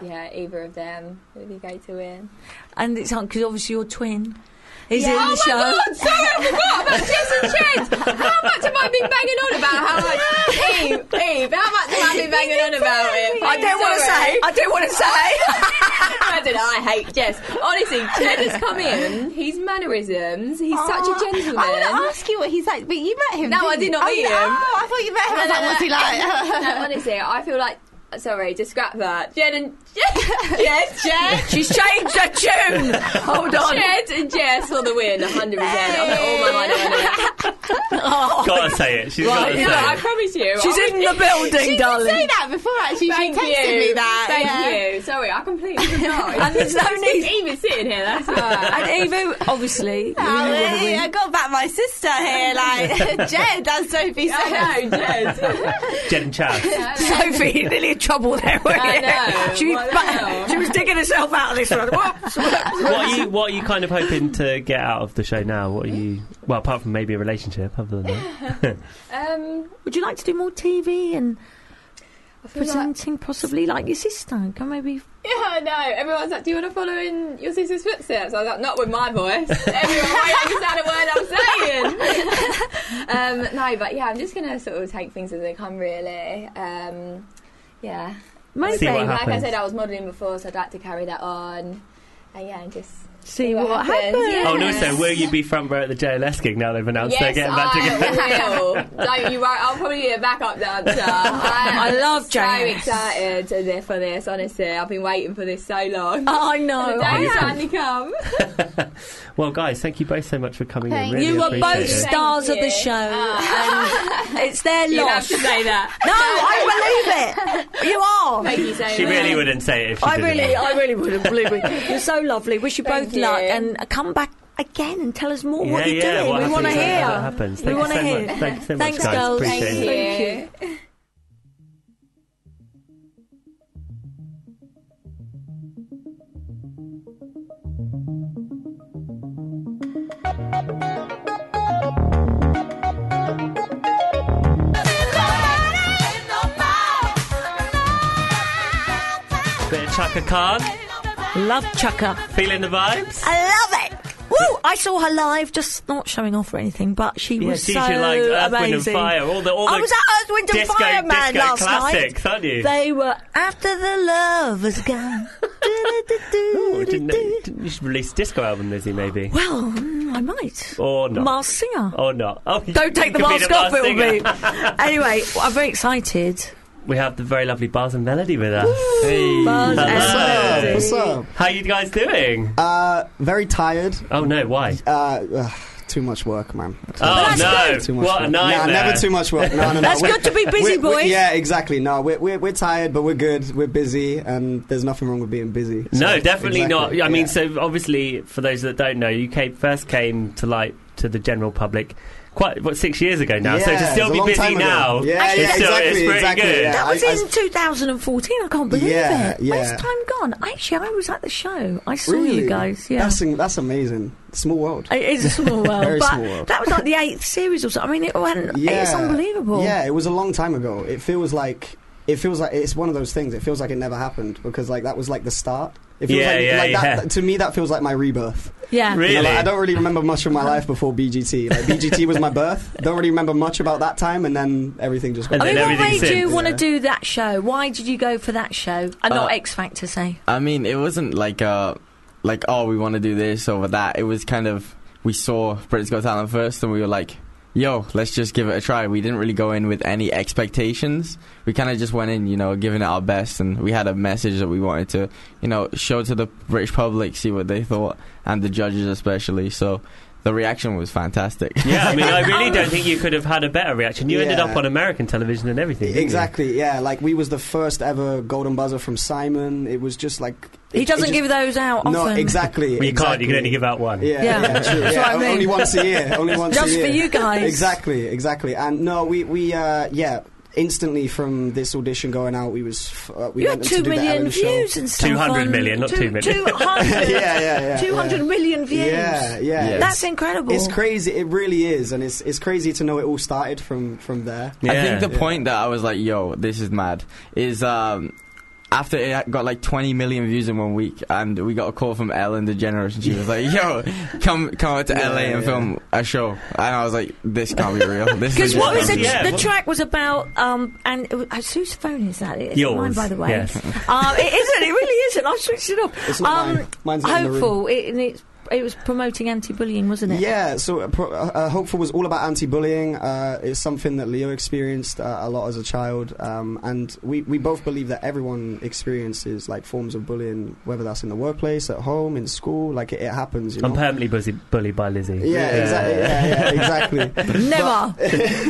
yeah, either of them would be great to win. And it's because obviously your twin is Yeah. in oh the show. my god! Sorry, I forgot about Jess and Chase. How much have I been banging on about how much Eve, Eve? How much have I been banging on about it? I don't want to Sorry. say. I don't want to say. I don't know, I hate Jess. Honestly, Ted has come in. He's mannerisms. He's such a gentleman. I Oh, want to ask you what he's like, but you met him. No, didn't you? I did not oh, meet no, him. I thought you met him. I was No, like, no, what's he no. like? Oh, no, honestly, I feel like. Sorry, to scrap that. Jed and Jess, Jed, She's changed her tune. Hold on. Jed and Jess for the win, 100. percent I'll put all my money on it. Gotta say it. She's gotta You know, say I it. promise you. She's I- in the building, darling. Say that before actually. Thank she you. texted me that. Thank yeah. you. Sorry, I completely forgot. And there's no It's need- just Even sitting here, that's why. And Evo, obviously. Oh, hey, I got back my sister here, like Jed. That's Sophie. I know, Jed. Jen and Chaz. Sophie, you're nearly in trouble there, weren't I you? know. She, What the but- hell? she was digging herself out of this one. Whoops. what are you? What are you kind of hoping to get out of the show now? What are you? Well, apart from maybe a relationship, other than that. Um, Would you like to do more TV and I feel like presenting, possibly like your sister? Can maybe Yeah, I know. Everyone's like, "Do you want to follow in your sister's footsteps?" I was like, "Not with my voice." Everyone might understand a word I'm saying. um, no, but yeah, I'm just gonna sort of take things as they come, really. Um, yeah. See what like I happens. said, I was modelling before, so I'd like to carry that on. And yeah, and just See what, happens. Yeah. Oh, and also, will you be front row at the JLS gig now they've announced they're Yes, getting back together? I will. Don't you worry. I'll probably be a backup dancer. I I, am love so JLS. excited to there for this. Honestly, I've been waiting for this so long. Oh, I The know. I day's am. finally come. Well, guys, thank you both so much for coming Thank in. Really you are appreciate both it. sta- stars of the you. show. and it's their You have loss. to say that. No, I believe it. You are. Thank you so much. She really wouldn't say it if she I didn't. really, I really would have believed it. You're so lovely. Wish you Thank both you. luck and uh, come back again and tell us more yeah, what you're yeah, doing. what we want to happens hear. when That happens. Thank we you want to so hear. Much. Thanks so much, Thanks, guys. girls. Appreciate Thank it. you. Thank you. Bit of Chaka Khan, Love Chucker. feeling the vibes. I love it. Woo! I saw her live, just not showing off or anything, but she Yeah, was she so should like Earth, Wind and amazing. Fire. All the, all I the was at Earth, Wind and disco, Fire Man disco last classics, night. aren't you? They were after the love was gone. Ooh, Oh, didn't, didn't you should release a disco album, Lizzie, maybe? well, mm, I might. Or not. Mars Singer. or not. Oh, Don't take the you could be mask off, Mars it'll be. singer. anyway, I'm very excited. We have the very lovely Bars and Melody with us. Hey. Buzz and Hello. Melody. What's up? How you guys doing? Uh, very tired. Oh, no, why? Uh, ugh, too much work, man. Oh, Too no. much What a work. Nah, nightmare. never too much work. No, no, no. That's We're- good to be busy, we're- we're- boys. Yeah, exactly. No, we're, we're, we're tired, but we're good. We're busy, and there's nothing wrong with being busy. No, So, definitely exactly, not. I mean, yeah. so obviously, for those that don't know, UK first came to light to the general public quite what six years ago now. so Yeah, to it's still a be long busy time ago. now, Yeah, it's yeah, still, exactly, it's pretty exactly, good. yeah. That was I- I- in 2014. I can't believe Yeah, it. yeah. Where's time gone? Actually, I was at the show. I saw Really? you guys. Yeah. That's, that's amazing. Small world. it is a small world, Very but small world. that was like the eighth series or something. I mean, it went. It's unbelievable. Yeah, it was a long time ago. It feels like it feels like it's one of those things. It feels like it never happened because like that was like the start. It feels Yeah, like, yeah, like yeah. That, to me, that feels like my rebirth. yeah. Really? You know, like, I don't really remember much of my life before BGT. Like BGT was my birth. Don't really remember much about that time, and then everything just. And I mean, then what made everything you since. want to Yeah. Uh, do that show? Why did you go for that show and not X Factor? Say, I mean, it wasn't like uh like oh we want to do this over that. It was kind of we saw Britain's Got Talent first, and we were like, yo, Oh, let's just give it a try. We didn't really go in with any expectations. We kind of just went in, you know, giving it our best, and we had a message that we wanted to, you know, show to the British public, see what they thought, and the judges especially. So the reaction was fantastic. Yeah, I mean, I really don't think you could have had a better reaction. You ended Yeah. up on American television and everything. didn't you? Exactly. Yeah, like we was the first ever golden buzzer from Simon. It was just like he it- it doesn't just- give those out No, often. exactly. Well, you can't. You can exactly. only give out one. Yeah, Yeah. yeah, true. That's yeah, what I o- mean. Only once a year. Only once Just a year. for you guys. Exactly, exactly. And no, we we uh, yeah. Instantly from this audition going out, we was f- uh, we you went had to two do the million Ellen show. views and stuff. 200 on- million, not two- two million. 200, Yeah, yeah, yeah, 200 yeah. million views. Yeah, yeah. Yeah. That's It's- incredible. It's crazy. It really is, and it's it's crazy to know it all started from from there. I think the Yeah. point that I was like, "Yo, this is mad," is um, after it got like 20 million views in one week, and we got a call from Ellen DeGeneres, and she was like, "Yo, come come out to Yeah, LA and yeah. film a show," and I was like, "This can't be real." This Because is what was just the, unreal. Yeah, the what- track was about, um, and it was, uh, whose phone is that? It's not mine, Yours, by the way. yes. Um, it isn't. It really isn't. I switched it up. It's not um, mine. Mine's not in the room. hopeful. It, and it's, it was promoting anti-bullying, wasn't it? Yeah, so uh, pro- uh, uh, Hopeful was all about anti-bullying. Uh, it's something that Leo experienced uh, a lot as a child, um, and we, we both believe that everyone experiences like forms of bullying, whether that's in the workplace, at home, in school. Like it, it happens, you know. I'm permanently busy, bullied by Lizzie. yeah, exactly. Yeah, yeah, exactly. Never.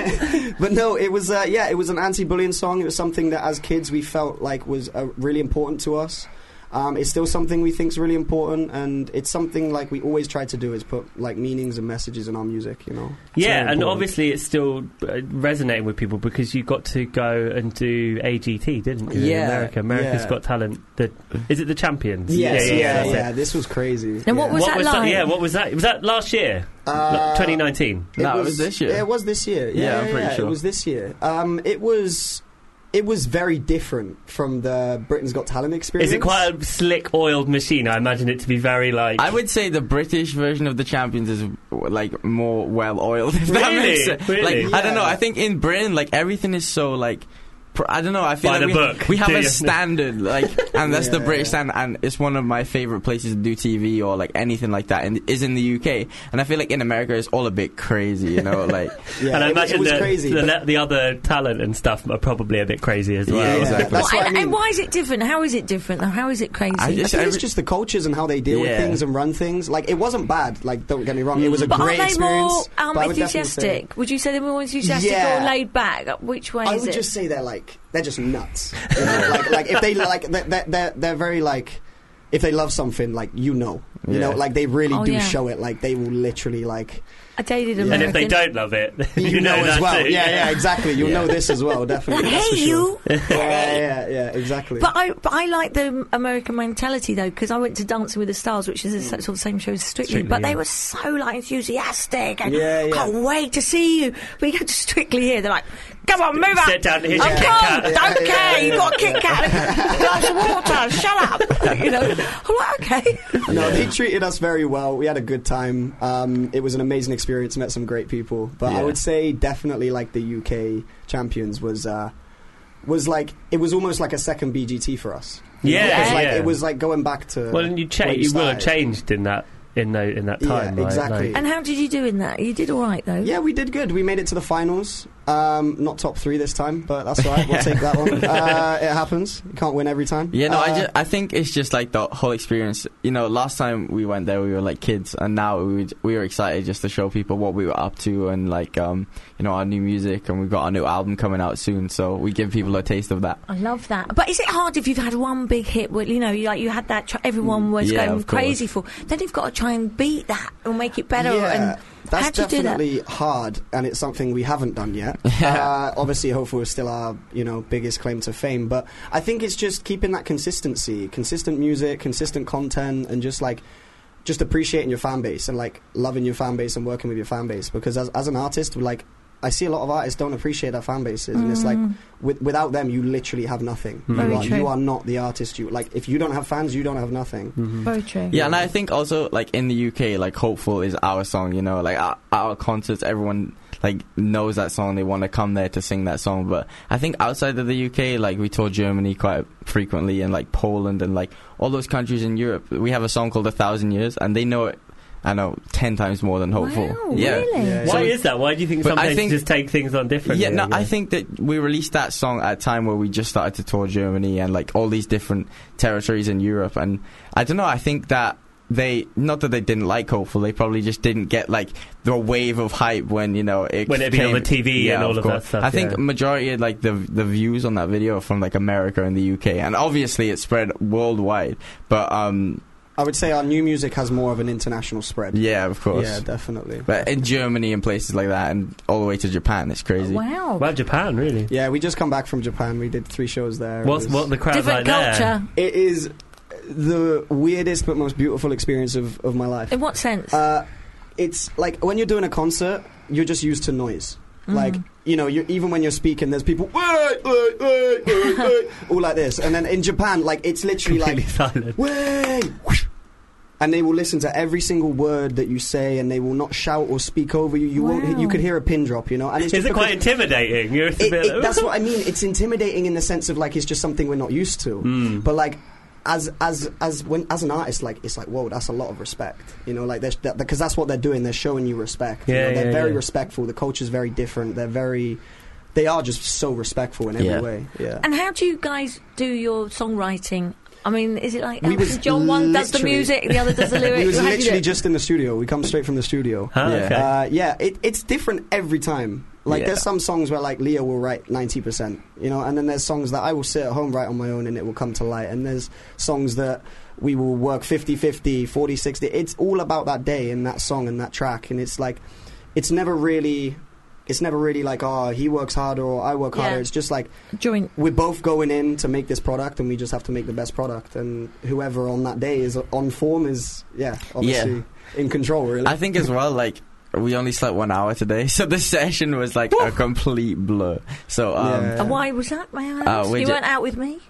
But no, it was uh, yeah, it was an anti-bullying song. It was something that as kids we felt like was uh, really important to us. Um, it's still something we think's really important, and it's something like we always try to do is put like meanings and messages in our music. You know. Yeah, It's very and important. obviously it's still uh, resonating with people because you got to go and do AGT, didn't you? Yeah, in America, America's yeah. Got Talent. The is it the champions? Yes, yeah, yeah, that's it. This was crazy. And what yeah. was what that was like? that? Yeah, what was that? Was that last year? Uh, 2019. No, it was this year. Yeah, it was this year. Yeah, Yeah, I'm yeah, pretty yeah, sure. It was this year. Um, it was it was very different from the Britain's Got Talent experience. Is it quite a slick, oiled machine? I imagine it to be very like. I would say the British version of the champions is like more well oiled. If that Really? makes sense. Really? Like I don't know. Yeah. I think in Britain, like everything is so like. pr- I don't know. I feel By like the we, book, we have do a you? standard, like, and that's the Yeah, British standard, and it's one of my favorite places to do TV or like anything like that, and is in the UK. And I feel like in America, it's all a bit crazy, you know, like. and I imagine the, the, le- the other talent and stuff are probably a bit crazy as well. Yeah, exactly. Well, and, and why is it different? How is it different? though? How is it crazy? I, think it's just the cultures and how they deal with Yeah. things and run things. Like it wasn't bad. Like don't get me wrong, it was a but great are they experience. more um, but I would definitely say- enthusiastic? Would you say they're more enthusiastic Yeah. or laid back? Which way I is would it? just say they're like they're just nuts. You know, like like if they like they're- they're they're, they're very like. If they love something, like you know, you Yeah. know, like they really Oh, do yeah. show it. Like they will literally like I dated Yeah. American. And if they don't love it, you, you know, as that well. too. Yeah, yeah, exactly. You'll Yeah. know this as well, definitely. They That's for hate sure. Yeah, yeah, yeah, exactly. But I, but I like the American mentality though, because I went to Dancing with the Stars, which is the Mm. sort of same show as Strictly, Strictly, but yeah. they were so like enthusiastic and Yeah, yeah. can't wait to see you. But you go to Strictly here, they're like, come on, move up, Sit down, here's I'm your Kit cold, Kat." don't Yeah, care, yeah, you yeah, got a Kit yeah. Kat, a glass of water, shut up. you know, I'm like, okay. No, they treated us very well. We had a good time. Um, it was an amazing experience. Met some great people. But I Yeah. would say definitely like the UK champions was uh, was like it was almost like a second BGT for us. You Yeah, know, it was like, yeah. It was like going back to Well, and you when change. You, will have started. changed in that in tho- in that Yeah, time. right? exactly. Like- And how did you do in that? You did all right though. Yeah, we did good. We made it to the finals. Um, not top three this time, but that's all right. We'll take that one. Uh, it happens. You can't win every time. Yeah, no, Uh, I, ju- I think it's just like the whole experience. You know, last time we went there, we were like kids, and now we would, we were excited just to show people what we were up to and like um, you know our new music, and we've got our new album coming out soon, so we give people a taste of that. I love that. But is it hard if you've had one big hit? Where, you know, you, like you had that. Tr- Mm, everyone was Yeah, going of course. crazy for. Then you've got to try and beat that or make it better. Yeah, and that's how do you do that? definitely hard, and it's something we haven't done yet. uh, obviously, hopeful is still our you know biggest claim to fame, but I think it's just keeping that consistency, consistent music, consistent content, and just like just appreciating your fan base and like loving your fan base and working with your fan base. Because as as an artist, like I see a lot of artists don't appreciate their fan bases, and it's like Mm. with, without them, you literally have nothing. Mm. Very You, are, true. you are not the artist. You like if you don't have fans, you don't have nothing. Very true. Yeah, and I think also like in the UK, like "Hopeful" is our song. You know, like our, our concerts, everyone like knows that song. They want to come there to sing that song. But I think outside of the UK, like we tour Germany quite frequently, and like Poland, and like all those countries in Europe, we have a song called "A Thousand Years," and they know it. I know ten times more than "Hopeful." yeah. Why So- is that? Why do you think But some I places think- just take things on differently? yeah, no, you know? I think that we released that song at a time where we just started to tour Germany and like all these different territories in Europe. And I don't know, I think that they, not that they didn't like Hopeful, they probably just didn't get like the wave of hype when, you know, it When it be on came- the TV Yeah, and all of course. that stuff, I think yeah. majority of like the, the views on that video are from like America and the UK. And obviously it spread worldwide, but, um, I would say our new music has more of an international spread. yeah, of course. Yeah, definitely. But in Germany and places like that and all the way to Japan, it's crazy. Wow. Well, Japan, really. Yeah, we just come back from Japan. We did three shows there. It What's- was- what the crowd's Different like there? culture. It is the weirdest but most beautiful experience of, of my life. In what sense? Uh, it's like when you're doing a concert, you're just used to noise. Like you know, you even when you're speaking, there's people "Wait, wait, wait, wait, wait," all like this, and then in Japan, like it's literally like "Wait," and they will listen to every single word that you say, and they will not shout or speak over you. You won't. You could hear a pin drop, you know. And it's Is just it quite because- intimidating? You're just a it, bit it, like, that's what I mean. It's intimidating in the sense of like it's just something we're not used to. Hmm. But like as as as when as an artist, like it's like whoa, that's a lot of respect. You know, like because that, 'cause that's what they're doing. They're showing you respect. You Yeah, know, they're yeah, very yeah. respectful. The culture's very different. They're very. They are just so respectful in every Yeah. way. Yeah. And how do you guys do your songwriting? I mean, is it like We Elton was John one does the literally- music, the other does the lyrics? It was How do you do literally it? just in the studio. We come straight from the studio. Ah, okay. Uh, yeah, it, it's different every time. Like Yeah. there's some songs where like Leah will write ninety percent, you know, and then there's songs that I will sit at home write on my own and it will come to light. And there's songs that we will work 50 50 40 60 it's all about that day and that song and that track and it's like it's never really it's never really like oh he works harder or i work harder Yeah. it's just like Joint. we're both going in to make this product and we just have to make the best product and whoever on that day is on form is yeah obviously in control really I think as well, like we only slept one hour today, so the session was like a complete blur. So um, And why was that, may I Uh, ask? we you ju- weren't out with me?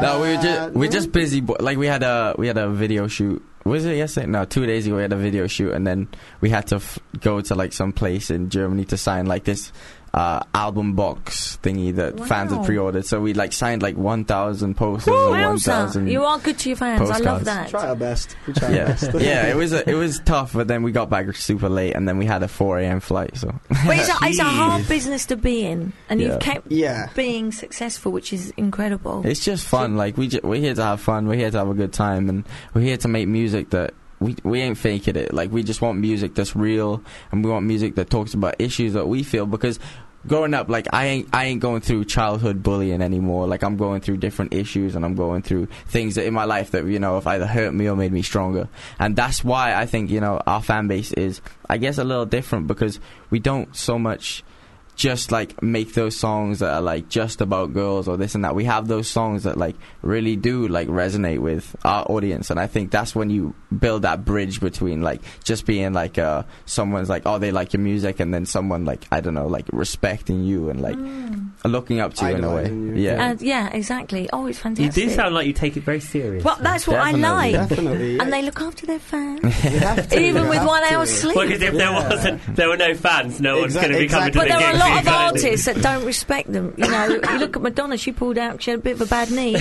No, we were just we're just busy. Bo- like we had a we had a video shoot. Was it yesterday? No, two days ago we had a video shoot, and then we had to f- go to like some place in Germany to sign like this uh, album box thingy that uh, fans had Wow. pre-ordered. So we like signed like one thousand posters or one Wowza. thousand. You are good to your fans. I love postcards. that. Try our best. We try our yeah, best. yeah. It was a, it was tough, but then we got back super late, and then we had a four a.m. flight. So But it's a, it's a hard business to be in, and Yeah. you've kept Yeah. being successful, which is incredible. It's just fun. Like we ju- we're here to have fun. We're here to have a good time, and we're here to make music that we we ain't faking it. Like we just want music that's real, and we want music that talks about issues that we feel because. Growing up, like I ain't, I ain't going through childhood bullying anymore. Like I'm going through different issues, and I'm going through things that in my life that you know have either hurt me or made me stronger. And that's why I think you know our fan base is, I guess, a little different because we don't so much just like make those songs that are like just about girls or this and that. We have those songs that like really do like resonate with our audience, and I think that's when you build that bridge between like just being like uh someone's like oh they like your music, and then someone like I don't know like respecting you and like looking up to you in a way. Idolizing you. Yeah. And Uh, yeah, exactly. Oh, it's You fantastic. do sound like you take it very serious. Well, that's what I Definitely. like. Definitely, And they look after their fans. Even with one hour's sleep. Well, because if there wasn't, there were no fans. No one's going to be coming But to the there are a gigs, lot of exactly. artists that don't respect them. You know, you look at Madonna, she pulled out, she had a bit of a bad knee.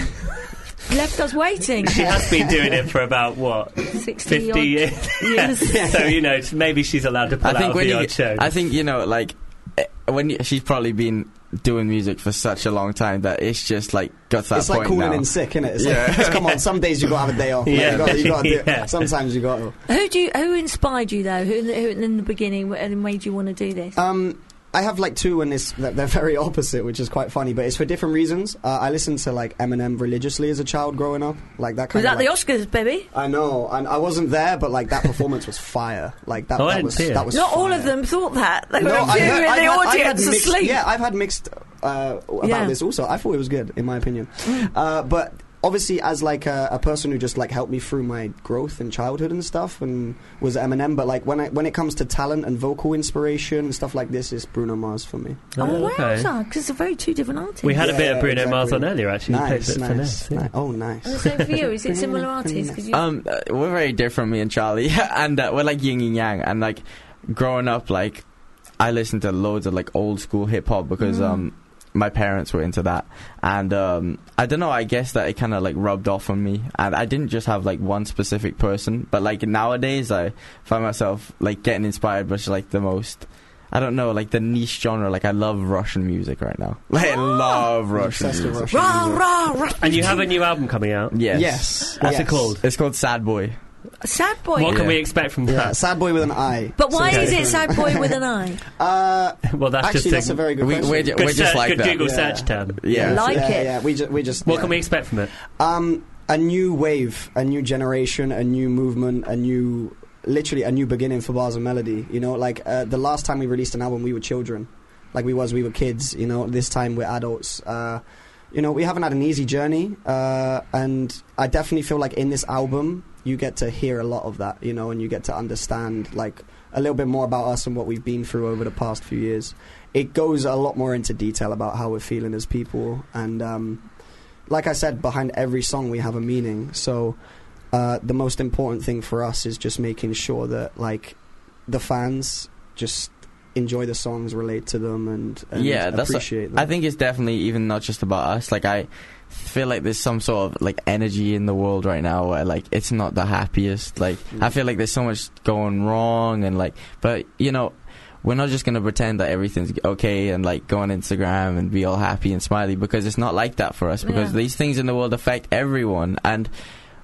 Left us waiting. She has been doing it for about what 60 fifty years. Yes. so you know, maybe she's allowed to pull out of the you, odd show. I think you know, like eh, when you, she's probably been doing music for such a long time that it's just like got to that it's point like calling now. in sick, innit? It's Yeah. like, just come on, some days you gotta have a day off. Yeah. Yeah. You gotta, you gotta do it. Yeah. Sometimes you gotta. Who do you, who inspired you though? Who, who in the beginning wh- made you want to do this? Um, I have like two, and it's they're they're very opposite, which is quite funny. But it's for different reasons. Uh, I listened to like Eminem religiously as a child growing up, like that Was kind that of. like, the Oscars, baby? I know, and I wasn't there, but like that performance was fire. Like that, Oh, I that didn't was see it. that was Not fire. all of them thought that. They were a I few heard- in I've the had- I've had audience mixed- asleep. Yeah, I've had mixed uh, about Yeah. Mm. this also. I thought it was good, in my opinion. uh, but obviously, as like a, a person who just like helped me through my growth and childhood and stuff, and was Eminem. But like when I, when it comes to talent and vocal inspiration and stuff like this, is Bruno Mars for me. Oh, Oh, okay. wow, because they're very two different artists. We had a bit of Yeah, Bruno Mars on exactly. earlier, actually. We Nice, played a bit for nice, Ness, yeah. ni- Oh, nice. And the same for you. Is it similar artists? 'Cause you- Um, uh, we're very different, me and Charlie, and uh, we're like yin and yang. And like growing up, like I listened to loads of like old school hip hop because um my parents were into that, and um I don't know. I guess that it kind of like rubbed off on me, and I didn't just have like one specific person, but like nowadays I find myself like getting inspired by like the most. I don't know, like the niche genre. Like I love Russian music right now. Like I love Russian obsessed with music. Russian Mm. rah, rah, rah. And you have a new album coming out. Yes. Yes. What's it yes. called? It's called Sad Boy. Sad boy. What can Yeah. we expect from Yeah, that? sad boy with an eye. But why So- is it sad boy with an eye? Uh, Well, that's actually, just that's a very good We- question. we're ju- good we're just search- like good that. Google Yeah. search term. Yeah. Like yeah, it. Yeah, we just we just. What yeah. can we expect from it? um, a new wave, a new generation, a new movement, a new literally a new beginning for bars and melody. You know, like uh, the last time we released an album, we were children, like we was we were kids. You know, this time we're adults. Uh, you know, we haven't had an easy journey, uh, and I definitely feel like in this album you get to hear a lot of that. You know, and you get to understand like a little bit more about us and what we've been through over the past few years. It goes a lot more into detail about how we're feeling as people and. Um, like I said, behind every song we have a meaning. So uh, the most important thing for us is just making sure that like the fans just enjoy the songs, relate to them, and, and Yeah, that's- appreciate them. I think it's definitely even not just about us. Like I feel like there's some sort of like energy in the world right now where like it's not the happiest. Like I feel like there's so much going wrong and like but you know we're not just gonna pretend that everything's okay and like go on Instagram and be all happy and smiley because it's not like that for us because Yeah. these things in the world affect everyone and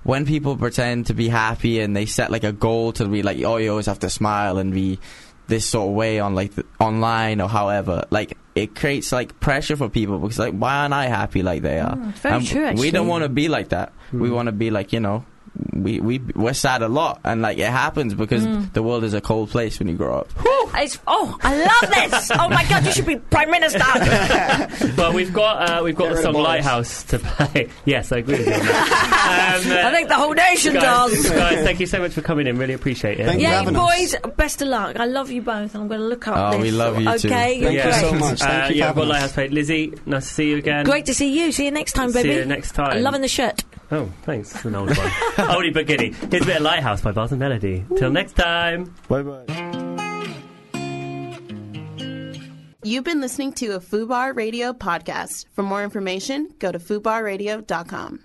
when people pretend to be happy and they set like a goal to be like oh you always have to smile and be this sort of way on like the, online or however like it creates like pressure for people because like why aren't i happy like they are Mm, it's very And true, we actually. don't want to be like that we want to be like you know we, we we're sad a lot, and like it happens because Mm. the world is a cold place when you grow up. It's, oh, I love this. Oh my God, you should be prime minister. but we've got uh, we've got Get the rid of song Boris. Lighthouse to play. yes, I agree with you. on that. Um, uh, I think the whole nation guys, does. Guys, thank you so much for coming in. Really appreciate it. Yay, boys! Best of luck. I love you both, and I'm going to look up. Oh, this. Okay, you're great. uh, yeah, I've got Lighthouse played. Lizzie, nice to see you again. Great to see you. See you next time, See baby. you next time. I'm loving the shirt. Oh, thanks. It's an old one. Oldie but goodie. Here's a bit of Lighthouse by Bars and Melody. Till next time. Bye bye. You've been listening to a FUBAR Radio podcast. For more information, go to fubarradio.com.